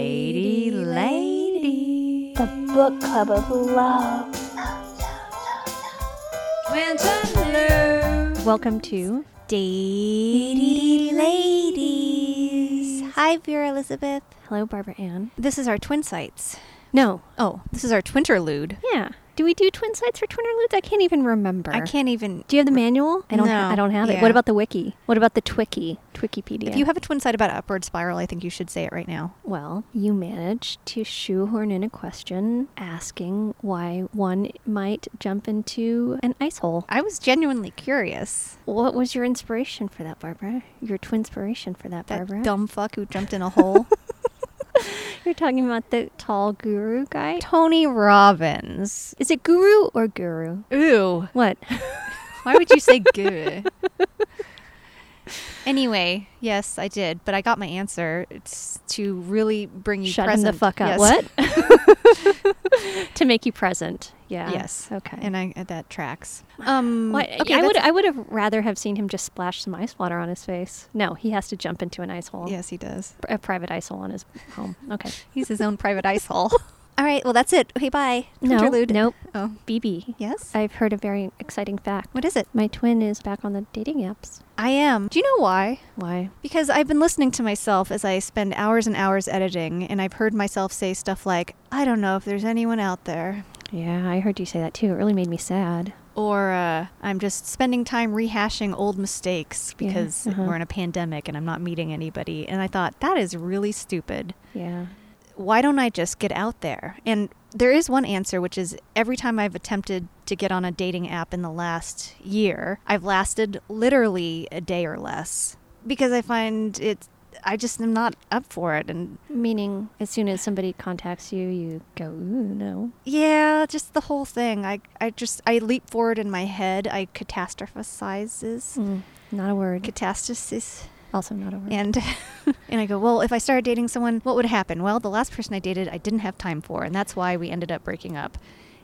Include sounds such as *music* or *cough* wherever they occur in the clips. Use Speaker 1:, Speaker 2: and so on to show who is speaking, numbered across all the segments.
Speaker 1: Dady Lady.
Speaker 2: The book club of love.
Speaker 1: Welcome to Dady Ladies.
Speaker 2: Hi, Vera Elizabeth.
Speaker 1: Hello, Barbara Ann.
Speaker 2: This is our twin sites.
Speaker 1: No.
Speaker 2: Oh, this is our twinterlude.
Speaker 1: Yeah. Do we do twin sites or twinterludes? I can't even remember.
Speaker 2: I can't even.
Speaker 1: Do you have the manual? I don't.
Speaker 2: No.
Speaker 1: I don't have it.
Speaker 2: Yeah.
Speaker 1: What about the wiki? What about the Twiki? Twikipedia.
Speaker 2: If you have a twin site about upward spiral, I think you should say it right now.
Speaker 1: Well, you managed to shoehorn in a question asking why one might jump into an ice hole.
Speaker 2: I was genuinely curious.
Speaker 1: What was your inspiration for that, Barbara? Your twin inspiration for that,
Speaker 2: That
Speaker 1: Barbara?
Speaker 2: dumb fuck who jumped in a *laughs* hole.
Speaker 1: You're talking about the tall guru guy?
Speaker 2: Tony Robbins.
Speaker 1: Is it guru or guru?
Speaker 2: Ooh.
Speaker 1: What? *laughs*
Speaker 2: Why would you say good? anyway, yes, I did, but I got my answer. It's to really bring you
Speaker 1: Shut him
Speaker 2: present.
Speaker 1: the fuck up.
Speaker 2: Yes.
Speaker 1: What?
Speaker 2: *laughs*
Speaker 1: to make you present. Yeah.
Speaker 2: Yes.
Speaker 1: Okay.
Speaker 2: And I that tracks. Um
Speaker 1: What?
Speaker 2: okay,
Speaker 1: I would.
Speaker 2: that's-
Speaker 1: I would have rather have seen him just splash some ice water on his face. No, he has to jump into an ice hole.
Speaker 2: Yes, he does.
Speaker 1: A private ice hole on his home.
Speaker 2: *laughs*
Speaker 1: Okay.
Speaker 2: He's his own private ice hole. *laughs* All right, well that's it. Okay, bye.
Speaker 1: No.
Speaker 2: Interlude.
Speaker 1: Nope.
Speaker 2: Oh.
Speaker 1: BB.
Speaker 2: Yes.
Speaker 1: I've heard a very exciting fact.
Speaker 2: What is it?
Speaker 1: My twin is back on the dating apps.
Speaker 2: I am. Do you know why?
Speaker 1: Why?
Speaker 2: Because I've been listening to myself as I spend hours and hours editing and I've heard myself say stuff like, I don't know if there's anyone out there.
Speaker 1: Yeah, I heard you say that too. It really made me sad.
Speaker 2: or uh, I'm just spending time rehashing old mistakes
Speaker 1: Yeah,
Speaker 2: because
Speaker 1: uh-huh.
Speaker 2: we're in a pandemic and I'm not meeting anybody. And I thought, that is really stupid.
Speaker 1: Yeah.
Speaker 2: Why don't I just get out there? And there is one answer, which is every time I've attempted to get on a dating app in the last year, I've lasted literally a day or less because I find it, I just am not up for it. And
Speaker 1: Meaning, as soon as somebody contacts you, you go, ooh, no.
Speaker 2: yeah, just the whole thing. I, I just, I leap forward in my head. I catastrophizes.
Speaker 1: Mm, not a word.
Speaker 2: Catastasis.
Speaker 1: also, not a word.
Speaker 2: and *laughs* and I go, well, if I started dating someone, what would happen? Well, the last person I dated, I didn't have time for, and that's why we ended up breaking up.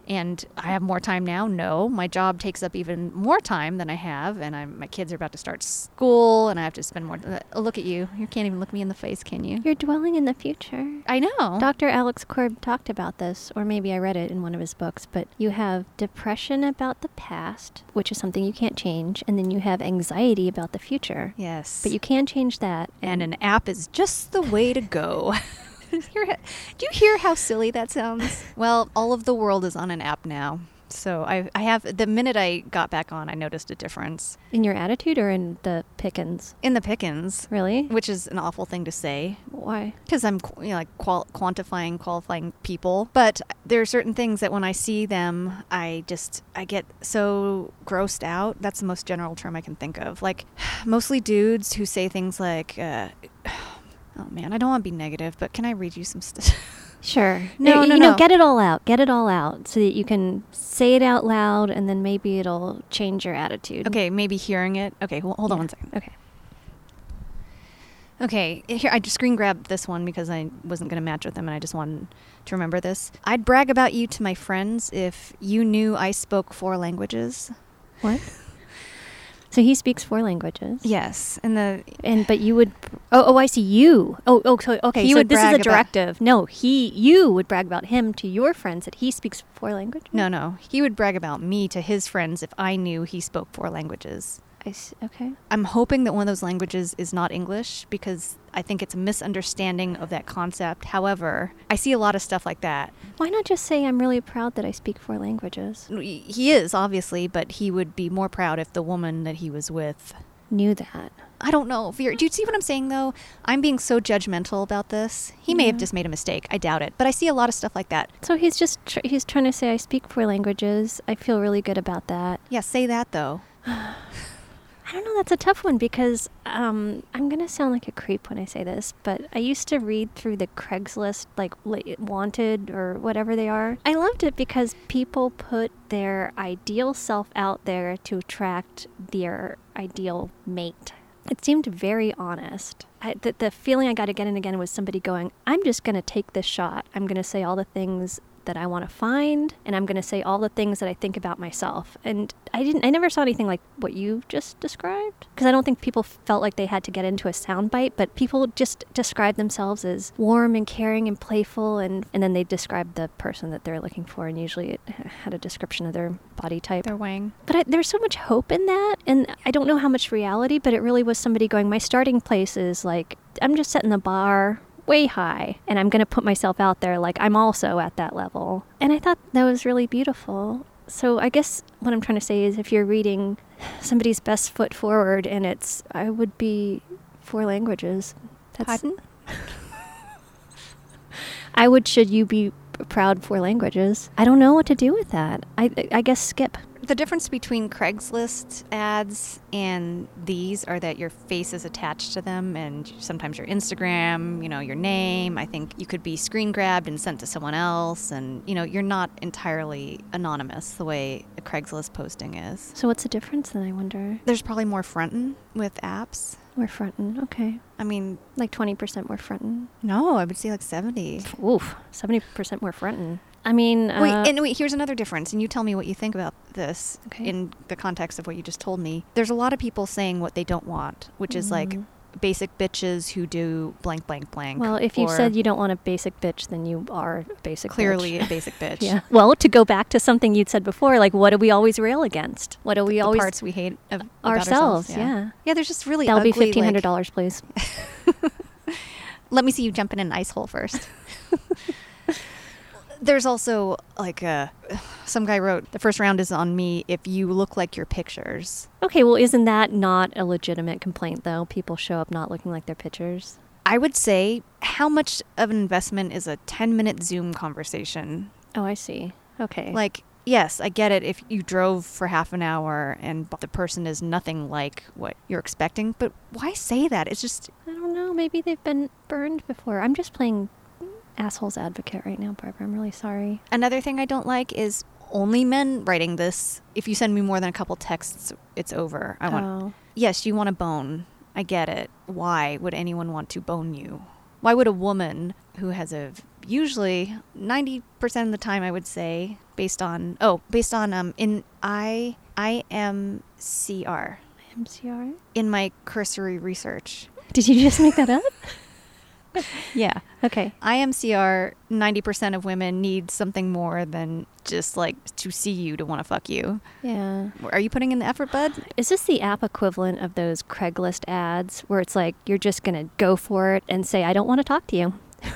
Speaker 2: And I have more time now. No, my job takes up even more time than I have, and I'm, my kids are about to start school, and I have to spend more. Uh, look at you! You can't even look me in the face, can you?
Speaker 1: You're dwelling in the future.
Speaker 2: I know.
Speaker 1: Dr. Alex Korb talked about this, or maybe I read it in one of his books, but you have depression about the past, which is something you can't change, and then you have anxiety about the future.
Speaker 2: yes,
Speaker 1: But you can change that.
Speaker 2: and an app is just the way to go. *laughs*
Speaker 1: *laughs*
Speaker 2: Hear it? Do you hear how silly that sounds? *laughs* well, all of the world is on an app now. So I, I have the minute I got back on, I noticed a difference
Speaker 1: in your attitude or in the pickings?
Speaker 2: in the pickings,
Speaker 1: Really?
Speaker 2: which is an awful thing to say
Speaker 1: Why?
Speaker 2: because I'm qu- you know, like qual- quantifying, qualifying people. But there are certain things that when I see them, I just I get so grossed out. That's the most general term I can think of. Like *sighs* mostly dudes who say things like, uh, *sighs* "Oh man, I don't want to be negative, but can I read you some stuff?" *laughs*
Speaker 1: Sure.
Speaker 2: No,
Speaker 1: you
Speaker 2: no,
Speaker 1: know,
Speaker 2: no.
Speaker 1: get it all out. Get it all out so that you can say it out loud and then maybe it'll change your attitude.
Speaker 2: okay, maybe hearing it. Okay, well, hold on
Speaker 1: Yeah.
Speaker 2: one second.
Speaker 1: Okay.
Speaker 2: Okay, here I just screen grabbed this one because I wasn't going to match with them, and I just wanted to remember this. I'd brag about you to my friends if you knew I spoke four languages.
Speaker 1: What? So he speaks four languages.
Speaker 2: Yes, and the
Speaker 1: And but you would oh oh I see you oh oh so okay
Speaker 2: He
Speaker 1: so
Speaker 2: would
Speaker 1: this is
Speaker 2: brag
Speaker 1: a
Speaker 2: about-
Speaker 1: directive no he you would brag about him to your friends that he speaks four languages
Speaker 2: no, no, he would brag about me to his friends if I knew he spoke four languages.
Speaker 1: I s- okay
Speaker 2: I'm hoping that one of those languages is not English because I think it's a misunderstanding of that concept. However, I see a lot of stuff like that.
Speaker 1: why not just say I'm really proud that I speak four languages
Speaker 2: He is obviously, but he would be more proud if the woman that he was with
Speaker 1: knew that
Speaker 2: I don't know. Vera, do you see what I'm saying, though? I'm being so judgmental about this. He may have
Speaker 1: Yeah.
Speaker 2: just made a mistake. I doubt it. But I see a lot of stuff like that.
Speaker 1: so he's just tr- he's trying to say I speak four languages I feel really good about that
Speaker 2: Yeah, say that, though.
Speaker 1: I don't know. That's a tough one because um, I'm going to sound like a creep when I say this, but I used to read through the Craigslist, like la- wanted or whatever they are. I loved it because people put their ideal self out there to attract their ideal mate. It seemed very honest. I, the, the feeling I got again and again was somebody going, I'm just going to take this shot. I'm going to say all the things that I want to find, and I'm going to say all the things that I think about myself. And I didn't, I never saw anything like what you just described because I don't think people felt like they had to get into a soundbite, but people just describe themselves as warm and caring and playful, and and then they describe the person that they're looking for, and usually it had a description of their body type.
Speaker 2: They're weighing.
Speaker 1: But I, there's so much hope in that. And I don't know how much reality, but it really was somebody going, My starting place is like, I'm just setting the bar way high, and I'm going to put myself out there like I'm also at that level. And I thought that was really beautiful. So I guess what I'm trying to say is if you're reading somebody's best foot forward, and it's, I would be four languages.
Speaker 2: Pardon?
Speaker 1: I would, should you be proud four languages? I don't know what to do with that. I, I guess skip.
Speaker 2: The difference between Craigslist ads and these are that your face is attached to them and sometimes your Instagram, you know, your name. I think you could be screen grabbed and sent to someone else and, you know, you're not entirely anonymous the way a Craigslist posting is.
Speaker 1: So what's the difference then, I wonder?
Speaker 2: There's probably more frontin' with apps.
Speaker 1: We're frontin', okay.
Speaker 2: I mean,
Speaker 1: Like 20% more frontin'.
Speaker 2: no, I would say like 70.
Speaker 1: Oof, 70% more frontin'. I mean,
Speaker 2: Wait,
Speaker 1: uh,
Speaker 2: and wait, here's another difference, and you tell me what you think about this
Speaker 1: Okay.
Speaker 2: in the context of what you just told me. There's a lot of people saying what they don't want, which is like
Speaker 1: Mm.
Speaker 2: basic bitches who do blank, blank, blank.
Speaker 1: well, if you
Speaker 2: or
Speaker 1: said you don't want a basic bitch, then you are a basic bitch.
Speaker 2: clearly a basic bitch.
Speaker 1: *laughs* Yeah. Well, to go back to something you'd said before, like what do we always rail against? What do we
Speaker 2: The
Speaker 1: always
Speaker 2: parts we hate of, about
Speaker 1: ourselves? yeah.
Speaker 2: yeah. there's just really
Speaker 1: That'll be
Speaker 2: ugly, like-
Speaker 1: fifteen hundred dollars, please.
Speaker 2: Let me see you jump in an ice hole
Speaker 1: *laughs*
Speaker 2: first. There's also like a, some guy wrote the first round is on me if you look like your pictures.
Speaker 1: Okay, well, isn't that not a legitimate complaint though? People show up not looking like their pictures.
Speaker 2: I would say how much of an investment is a 10 minute Zoom conversation?
Speaker 1: Oh, I see. Okay.
Speaker 2: Like, yes, I get it if you drove for half an hour and the person is nothing like what you're expecting, but why say that? It's just,
Speaker 1: I don't know. Maybe they've been burned before. I'm just playing assholes advocate right now, Barbara. I'm really sorry.
Speaker 2: another thing I don't like is only men writing this. If you send me more than a couple texts, it's over. I want,
Speaker 1: Oh.
Speaker 2: yes, you want a bone. I get it. Why would anyone want to bone you? Why would a woman who has a usually 90% of the time I would say based on oh, based on um in I I am CR
Speaker 1: MCR.
Speaker 2: in my cursory research.
Speaker 1: Did you just make
Speaker 2: *laughs*
Speaker 1: that up?
Speaker 2: Yeah.
Speaker 1: Okay.
Speaker 2: IMCR, 90% of women need something more than just like to see you to want to fuck you.
Speaker 1: Yeah.
Speaker 2: Are you putting in the effort, bud?
Speaker 1: Is this the app equivalent of those Craigslist ads where it's like you're just going to go for it and say, I don't want to talk to you? *laughs*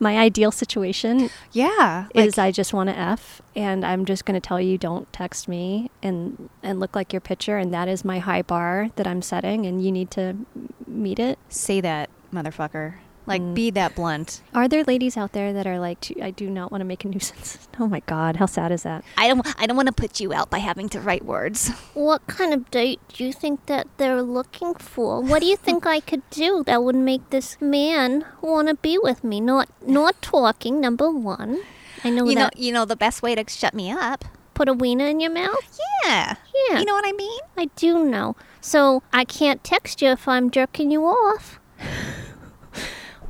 Speaker 1: My ideal situation
Speaker 2: Yeah. Like,
Speaker 1: is I just want to F and I'm just going to tell you don't text me and and look like your picture and that is my high bar that I'm setting and you need to m- meet it.
Speaker 2: say that, motherfucker. Like
Speaker 1: Mm.
Speaker 2: be that blunt.
Speaker 1: Are there ladies out there that are like "Do- I do not want to make a *laughs* nuisance? Oh my god, how sad is that?
Speaker 2: I don't I don't want to put you out by having to write words.
Speaker 3: What kind of date do you think that they're looking for? What do you think I could do that would make this man want to be with me? Not not talking. Number one, I know
Speaker 2: *laughs* you know
Speaker 3: that.
Speaker 2: you know the best way to shut me up.
Speaker 3: Put a wiener in your mouth.
Speaker 2: Yeah.
Speaker 3: Yeah.
Speaker 2: You know what I mean?
Speaker 3: I do know. So I can't text you if I'm jerking you off.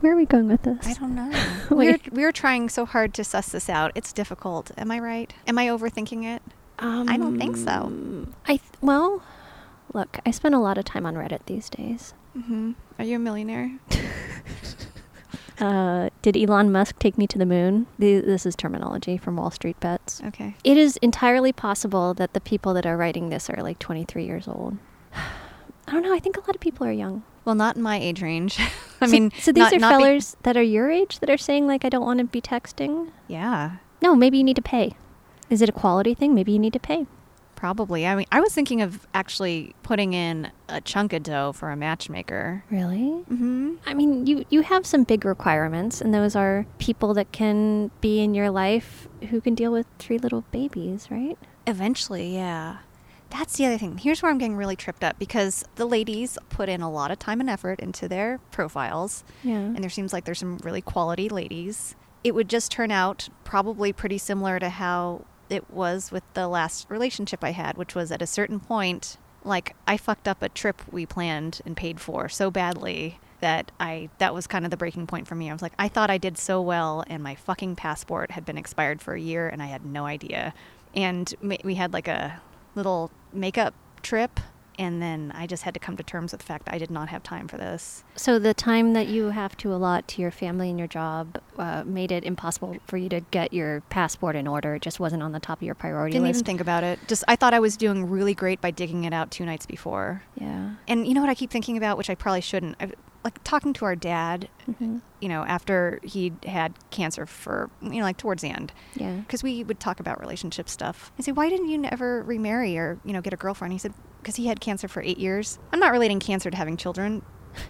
Speaker 1: Where are we going with this?
Speaker 2: don't *laughs* know. we're
Speaker 1: Wait.
Speaker 2: we're trying so hard to suss this out. It's difficult. Am I right? Am I overthinking it?
Speaker 1: Um,
Speaker 2: I don't think so.
Speaker 1: I th- well, look, I spend a lot of time on Reddit these days.
Speaker 2: Mm-hmm. Are you a millionaire?
Speaker 1: Uh, did Elon Musk take me to the moon? The, this is terminology from Wall Street Bets.
Speaker 2: Okay.
Speaker 1: It is entirely possible that the people that are writing this are like 23 years old. *sighs* I don't know. I think a lot of people are young.
Speaker 2: Well, not in my age range. *laughs* I
Speaker 1: So-
Speaker 2: mean,
Speaker 1: so, these
Speaker 2: not-
Speaker 1: are
Speaker 2: not be-
Speaker 1: fellers that are your age that are saying like, I don't want to be texting.
Speaker 2: yeah,
Speaker 1: No, maybe you need to pay. Is it a quality thing? Maybe you need to pay.
Speaker 2: probably. I mean, I was thinking of actually putting in a chunk of dough for a matchmaker.
Speaker 1: Really?
Speaker 2: Mm-hmm.
Speaker 1: I mean, you, you have some big requirements, and those are people that can be in your life who can deal with three little babies, right?
Speaker 2: Eventually, yeah. That's the other thing. Here's where I'm getting really tripped up because the ladies put in a lot of time and effort into their profiles,
Speaker 1: Yeah.
Speaker 2: and there seems like there's some really quality ladies. It would just turn out probably pretty similar to how it was with the last relationship I had, which was at a certain point, like I fucked up a trip we planned and paid for so badly that I that was kind of the breaking point for me. I was like, I thought I did so well, and my fucking passport had been expired for a year, and I had no idea. And ma- we had like a little makeup trip, and then I just had to come to terms with the fact that I did not have time for this.
Speaker 1: So the time that you have to allot to your family and your job uh, made it impossible for you to get your passport in order. It just wasn't on the top of your priority
Speaker 2: Didn't
Speaker 1: list.
Speaker 2: even think about it. Just I thought I was doing really great by digging it out two nights before.
Speaker 1: yeah.
Speaker 2: And you know what I keep thinking about, which I probably shouldn't. I, like talking to our dad,
Speaker 1: Mhm.
Speaker 2: you know, after he had cancer for you know, like towards the end.
Speaker 1: Yeah.
Speaker 2: because we would talk about relationship stuff. I say, why didn't you never remarry or you know get a girlfriend? He said, because he had cancer for eight years. I'm not relating cancer to having children,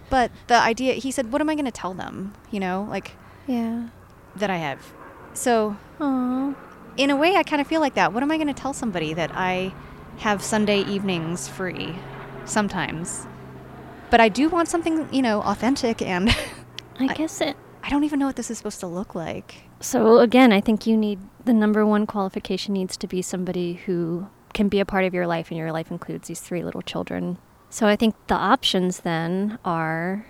Speaker 2: but the idea. He said, what am I going to tell them? You know, like
Speaker 1: Yeah.
Speaker 2: that I have. So
Speaker 1: Aww.
Speaker 2: in a way, I kind of feel like that. What am I going to tell somebody that I have Sunday evenings free sometimes? But I do want something you know authentic, and
Speaker 1: I,
Speaker 2: *laughs* I-
Speaker 1: guess it.
Speaker 2: I don't even know what this is supposed to look like.
Speaker 1: So again, I think you need the number one qualification needs to be somebody who can be a part of your life, and your life includes these three little children. So I think the options then are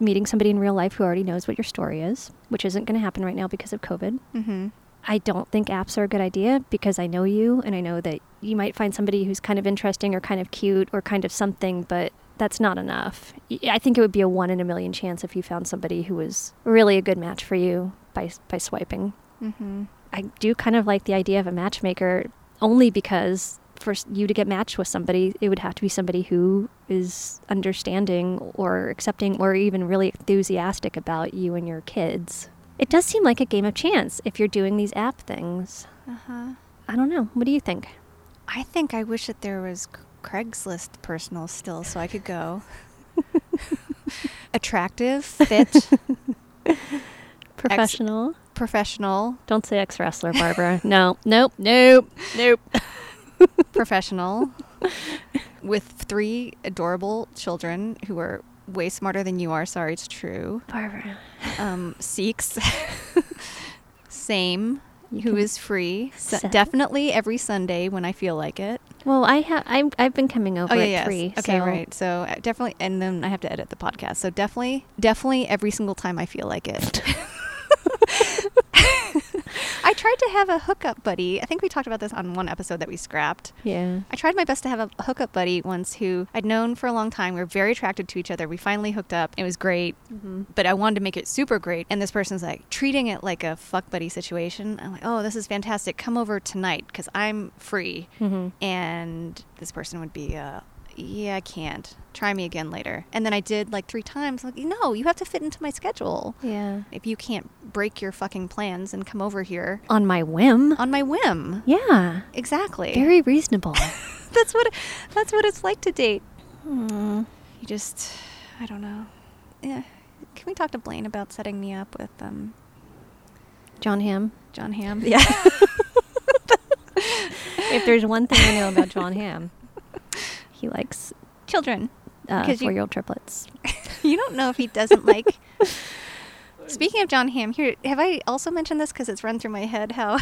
Speaker 1: meeting somebody in real life who already knows what your story is, which isn't going to happen right now because of COVID.
Speaker 2: Mm-hmm.
Speaker 1: I don't think apps are a good idea because I know you and I know that you might find somebody who's kind of interesting or kind of cute or kind of something, but that's not enough. Y- I think it would be a one in a million chance if you found somebody who was really a good match for you by by swiping.
Speaker 2: Mm-hmm.
Speaker 1: I do kind of like the idea of a matchmaker only because for s- you to get matched with somebody, it would have to be somebody who is understanding or accepting or even really enthusiastic about you and your kids. It does seem like a game of chance if you're doing these app things.
Speaker 2: Uh huh.
Speaker 1: I don't know. What do you think?
Speaker 2: I think I wish that there was Craigslist personal still so I could
Speaker 1: *laughs*
Speaker 2: go. *laughs* Attractive,
Speaker 1: *laughs*
Speaker 2: fit,
Speaker 1: Professional?
Speaker 2: professional,
Speaker 1: don't say ex wrestler, Barbara. *laughs* no, nope, nope, nope.
Speaker 2: professional, with three adorable children who are way smarter than you are. Sorry, it's true.
Speaker 1: Barbara.
Speaker 2: Um, Sikhs, *laughs* same,
Speaker 1: You
Speaker 2: who
Speaker 1: can-
Speaker 2: is free. Su-
Speaker 1: Sa-
Speaker 2: definitely every Sunday when I feel like it. Oh,
Speaker 1: Well, I have. I'm, I've been coming over Oh, at three.
Speaker 2: Okay,
Speaker 1: so-
Speaker 2: right. So uh, definitely, and then I have to edit the podcast. So definitely, definitely every single time I feel like
Speaker 1: *laughs*
Speaker 2: it. *laughs* I tried to have a hookup buddy. I think we talked about this on one episode that we scrapped.
Speaker 1: Yeah.
Speaker 2: I tried my best to have a hookup buddy once who I'd known for a long time. We were very attracted to each other. We finally hooked up. It was great, but I wanted to make it super great. And this person's like treating it like a fuck buddy situation. I'm like, oh, this is fantastic. Come over tonight because I'm free.
Speaker 1: Mhm.
Speaker 2: And this person would be, uh, yeah, I can't. Try me again later. And then I did like three times. Like, no, you have to fit into my schedule.
Speaker 1: Yeah.
Speaker 2: If you can't break your fucking plans and come over here
Speaker 1: On my whim.
Speaker 2: on my whim.
Speaker 1: Yeah.
Speaker 2: Exactly. *laughs*
Speaker 1: Very reasonable.
Speaker 2: that's what that's what it's like to date. You just I don't know. Yeah. Can we talk to Blaine about setting me up with um
Speaker 1: John Hamm.
Speaker 2: John Hamm? Yeah.
Speaker 1: If there's one thing I know about
Speaker 2: *laughs*
Speaker 1: John Hamm, he likes
Speaker 2: Children.
Speaker 1: uh,
Speaker 2: 'Cause you-
Speaker 1: four-year-old triplets.
Speaker 2: You don't know if he doesn't like *laughs* Speaking of John Hamm, here have I also mentioned this because it's run through my head how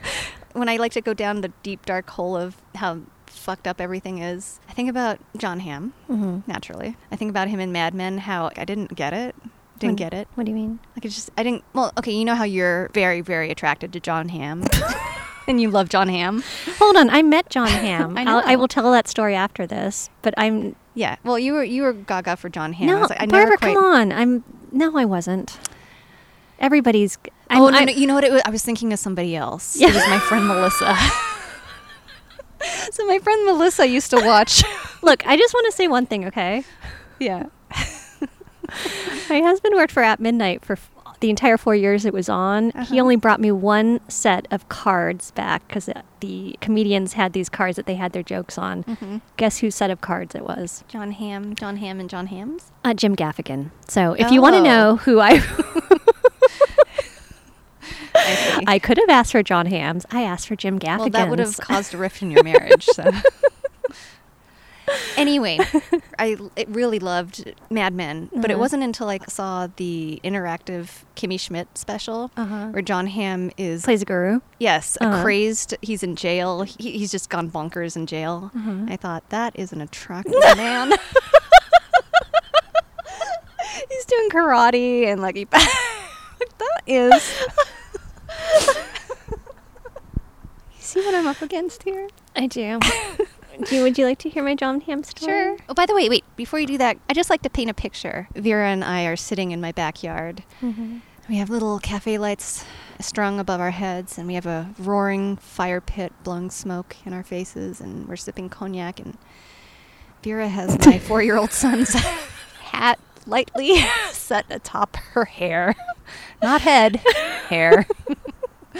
Speaker 2: *laughs* when I like to go down the deep dark hole of how fucked up everything is. I think about John Hamm,
Speaker 1: Mm-hmm.
Speaker 2: naturally. I think about him in Mad Men how like, I didn't get it. Didn't get it.
Speaker 1: What do you mean?
Speaker 2: Like it's just I didn't. Well, okay, you know how you're very, very attracted to John *laughs* Hamm, and you love John Hamm.
Speaker 1: Hold on, I
Speaker 2: *laughs*
Speaker 1: met John Hamm.
Speaker 2: I
Speaker 1: I'll, I
Speaker 2: know.
Speaker 1: will tell that story after this. But I'm
Speaker 2: Yeah. Well, you were you were gaga for John Hamm. I
Speaker 1: no,
Speaker 2: was like, I
Speaker 1: Barbara.
Speaker 2: never quite. Oh,
Speaker 1: Come on, I'm no, I wasn't. Everybody's. I'm,
Speaker 2: Oh no,
Speaker 1: I'm- *laughs*
Speaker 2: no, you know what? It was, I was thinking of somebody else.
Speaker 1: Yeah.
Speaker 2: It was my friend Melissa. so my friend Melissa used to watch.
Speaker 1: *laughs* Look, I just want to say one thing, okay?
Speaker 2: *laughs* yeah.
Speaker 1: My husband worked for At Midnight for f- the entire four years it was on. He
Speaker 2: Uh-huh.
Speaker 1: only brought me one set of cards back because the comedians had these cards that they had their jokes on.
Speaker 2: Mhm.
Speaker 1: Guess whose set of cards it was?
Speaker 2: John Hamm, John Hamm, and John Hams.
Speaker 1: Uh, Jim Gaffigan. So if you want to
Speaker 2: Oh.
Speaker 1: know who I,
Speaker 2: I *laughs* see.
Speaker 1: I could have asked for John Hams. I asked for Jim Gaffigan.
Speaker 2: Well, that would have caused a rift in your marriage. *laughs* So. anyway, I l- it really loved Mad Men, but it
Speaker 1: Uh-huh.
Speaker 2: wasn't until I saw the interactive Kimmy Schmidt special
Speaker 1: Uh-huh.
Speaker 2: where John Hamm is
Speaker 1: plays a guru.
Speaker 2: yes, a
Speaker 1: Uh-huh.
Speaker 2: crazed. He's in jail. He, he's just gone bonkers in jail.
Speaker 1: Uh-huh.
Speaker 2: I *laughs* thought that is an attractive man. he's doing learn karate and like he *laughs* that is You see *laughs* what I'm up against here?
Speaker 1: I do. *laughs* do you, would you like to hear my John Ham story?
Speaker 2: Oh, by the way, wait, before you do that, I just like to paint a picture. Vera and I are sitting in my backyard. We have little cafe lights strung above our heads, and we have a roaring fire pit blowing smoke in our faces, and we're sipping cognac. And Vera has *laughs* my four year old son's hat lightly *laughs* set atop her hair. Not head, hair. *laughs*
Speaker 1: I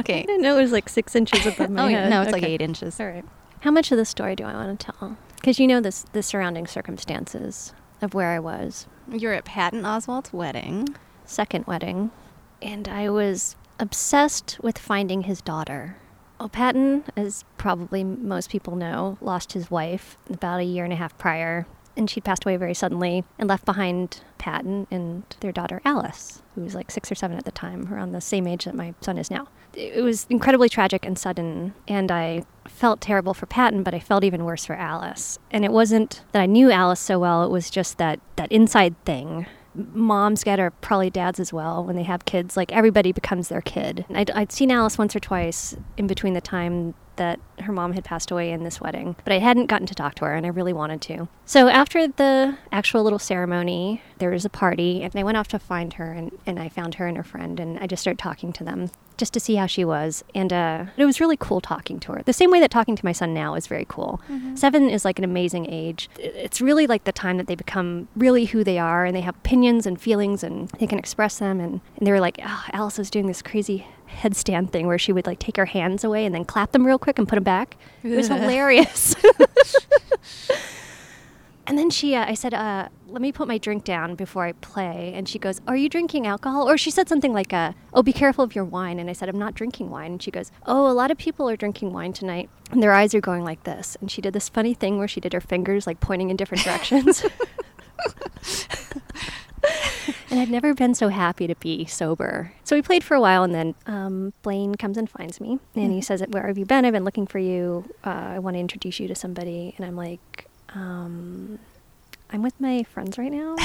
Speaker 2: okay.
Speaker 1: didn't know it was like six
Speaker 2: *laughs*
Speaker 1: inches above my
Speaker 2: Oh, yeah.
Speaker 1: head.
Speaker 2: No, it's like
Speaker 1: Okay.
Speaker 2: eight inches.
Speaker 1: All right. How much of the story do I want to tell? Because you know this, the surrounding circumstances of where I was.
Speaker 2: You're at Patton Oswald's wedding.
Speaker 1: second wedding, and I was obsessed with finding his daughter. Oh, Patton, as probably m- most people know, lost his wife about a year and a half prior, and she passed away very suddenly and left behind Patton and their daughter Alice, who was like six or seven at the time, around the same age that my son is now. It was incredibly tragic and sudden, and I felt terrible for Patton, but I felt even worse for Alice. And it wasn't that I knew Alice so well, it was just that, that inside thing moms get or probably dads as well when they have kids like everybody becomes their kid And I'd, I'd seen alice once or twice in between the time that her mom had passed away and this wedding but i hadn't gotten to talk to her and i really wanted to so after the actual little ceremony there was a party and i went off to find her and, and i found her and her friend and i just started talking to them just to see how she was and uh, it was really cool talking to her the same way that talking to my son now is very cool seven is like an amazing age I- it's really like the time that they become really who they are and they have opinions and feelings and they can express them and, and they were like oh, alice was doing this crazy headstand thing where she would like take her hands away and then clap them real quick and put them back it was hilarious and then she, uh, I said, uh, let me put my drink down before I play. And she goes, Are you drinking alcohol? Or she said something like, uh, Oh, be careful of your wine. And I said, I'm not drinking wine. And she goes, Oh, a lot of people are drinking wine tonight. And their eyes are going like this. And she did this funny thing where she did her fingers like pointing in different directions. and I'd never been so happy to be sober. So we played for a while, and then um, Blaine comes and finds me, and he says, "Where have you been? I've been looking for you. Uh, I want to introduce you to somebody." And I'm like, um, "I'm with my friends right now."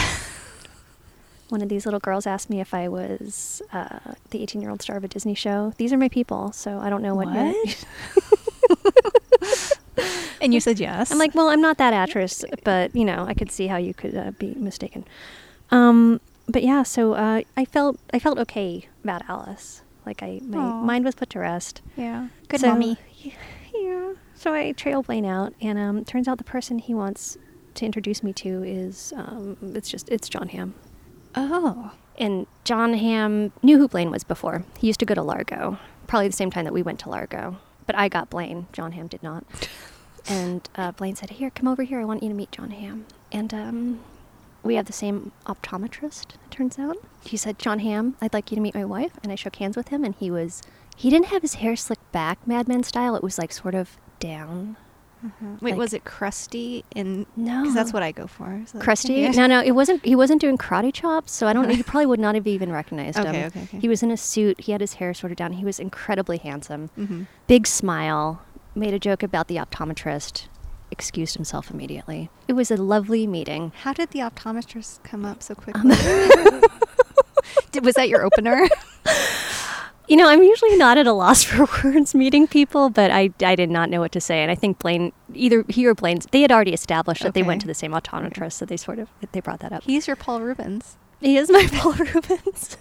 Speaker 1: One of these little girls asked me if I was uh, the 18 year old star of a Disney show. These are my people, so I don't know what. you're-
Speaker 2: and you said yes.
Speaker 1: I'm like, well, I'm not that actress, but you know, I could see how you could uh, be mistaken. Um, but yeah, so uh, I felt I felt okay about Alice. Like I, my
Speaker 2: Aw.
Speaker 1: mind was put to rest.
Speaker 2: yeah. Good
Speaker 1: So-
Speaker 2: mommy.
Speaker 1: Yeah. So I trail Blaine out, and um, turns out the person he wants to introduce me to is um, it's just it's John Hamm.
Speaker 2: Oh.
Speaker 1: And John Hamm knew who Blaine was before. He used to go to Largo, probably the same time that we went to Largo. But I got Blaine. John Hamm did not. And uh, Blaine said, "Here, come over here. I want you to meet John Hamm." And um, we have the same optometrist. It turns out he said, "John Hamm, I'd like you to meet my wife." And I shook hands with him, and he was—he didn't have his hair slicked back, Mad Men style. It was like sort of down.
Speaker 2: Wait,
Speaker 1: Like-
Speaker 2: was it crusty and
Speaker 1: No.
Speaker 2: Because that's what I go for. is that-
Speaker 1: Crusty? No, no, it wasn't. He wasn't doing karate chops, so I
Speaker 2: *laughs*
Speaker 1: don't. He probably would not have even recognized him.
Speaker 2: Okay, okay, okay.
Speaker 1: He was in a suit. He had his hair sort of down. He was incredibly handsome.
Speaker 2: Mhm.
Speaker 1: Big smile. Made a joke about the optometrist. Excused himself immediately. It was a lovely meeting.
Speaker 2: How did the optometrist come up so quickly? Um, *laughs* did, was that your opener?
Speaker 1: You know, I'm usually not at a loss *laughs* for words meeting people, but I, I did not know what to say. And I think Blaine, either he or Blaine, they had already established that they went
Speaker 2: Okay.
Speaker 1: to the same optometrist, so they sort of they brought that
Speaker 2: *laughs*
Speaker 1: up.
Speaker 2: He's your Paul Rubens.
Speaker 1: He is my *laughs* Paul Rubens.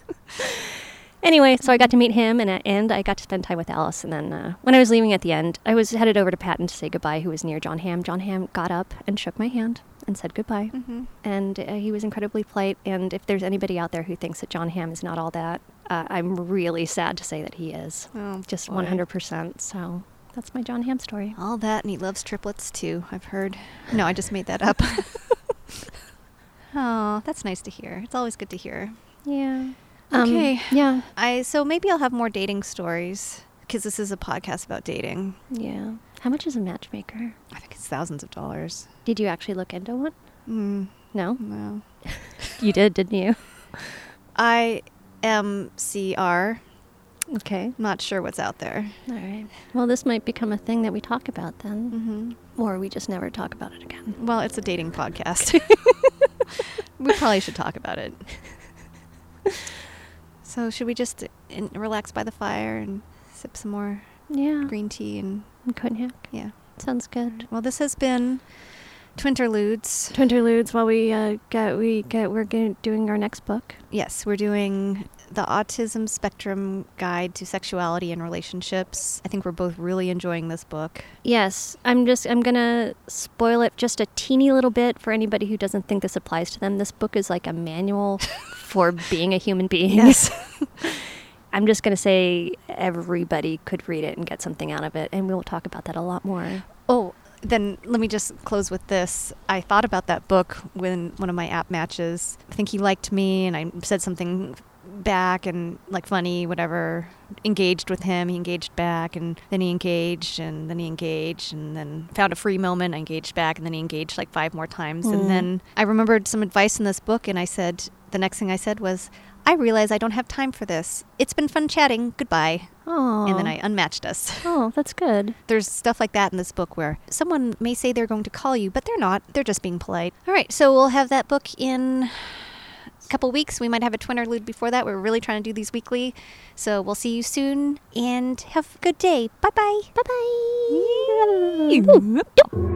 Speaker 1: anyway, so I got to meet him, and at end, I got to spend time with Alice. And then uh, when I was leaving at the end, I was headed over to Patton to say goodbye, who was near John Ham. John Ham got up and shook my hand and said goodbye.
Speaker 2: Mhm.
Speaker 1: And uh, he was incredibly polite. And if there's anybody out there who thinks that John Ham is not all that, uh, I'm really sad to say that he is.
Speaker 2: Oh,
Speaker 1: Just
Speaker 2: boy.
Speaker 1: 100%. So that's my John Ham story.
Speaker 2: All that, and he loves triplets too. I've heard. No, I just made that *laughs* up. oh, that's nice to hear. It's always good to hear.
Speaker 1: Yeah. Um,
Speaker 2: Okay.
Speaker 1: Yeah.
Speaker 2: I so maybe I'll have more dating stories because this is a podcast about dating.
Speaker 1: Yeah. How much is a matchmaker?
Speaker 2: I think it's thousands of dollars.
Speaker 1: Did you actually look into one?
Speaker 2: Mm,
Speaker 1: No?
Speaker 2: no.
Speaker 1: You did, didn't you?
Speaker 2: I am CR.
Speaker 1: Okay.
Speaker 2: Not sure what's out there.
Speaker 1: All right. Well, this might become a thing that we talk about then,
Speaker 2: Mm-hmm.
Speaker 1: Mm. or we just never talk about it again.
Speaker 2: Well, it's a dating podcast. we probably should talk about it. so should we just uh, in, relax by the fire and sip some more
Speaker 1: Yeah.
Speaker 2: green tea and
Speaker 1: And cognac.
Speaker 2: yeah.
Speaker 1: Sounds good.
Speaker 2: Well, this has been Twinterludes.
Speaker 1: Twinterludes while we uh, get we get we're getting, doing our next book.
Speaker 2: Yes, we're doing the Autism Spectrum Guide to Sexuality and Relationships. I think we're both really enjoying this book.
Speaker 1: Yes, I'm just I'm gonna spoil it just a teeny little bit for anybody who doesn't think this applies to them. This book is like a *laughs* manual for being a human being. *laughs* I'm just gonna say everybody could read it and get something out of it, and we'll talk about that a lot more.
Speaker 2: Oh, then let me just close with this. I thought about that book when one of my app matches. I think he liked me and I said something back and like funny, whatever. Engaged with him, he engaged back and then he engaged and then he engaged and then found a free moment, I engaged back and then he engaged like five more times.
Speaker 1: Mm.
Speaker 2: And then I remembered some advice in this book and I said, the next thing I said was, I realize I don't have time for this. It's been fun chatting. Goodbye.
Speaker 1: Oh,
Speaker 2: And then I unmatched us.
Speaker 1: oh, that's good.
Speaker 2: There's stuff like that in this book where someone may say they're going to call you, but they're not. They're just being polite. All right, so we'll have that book in a couple weeks. We might have a twinterlude before that. We're really trying to do these weekly. So we'll see you soon and have a good day. Bye bye. Bye bye.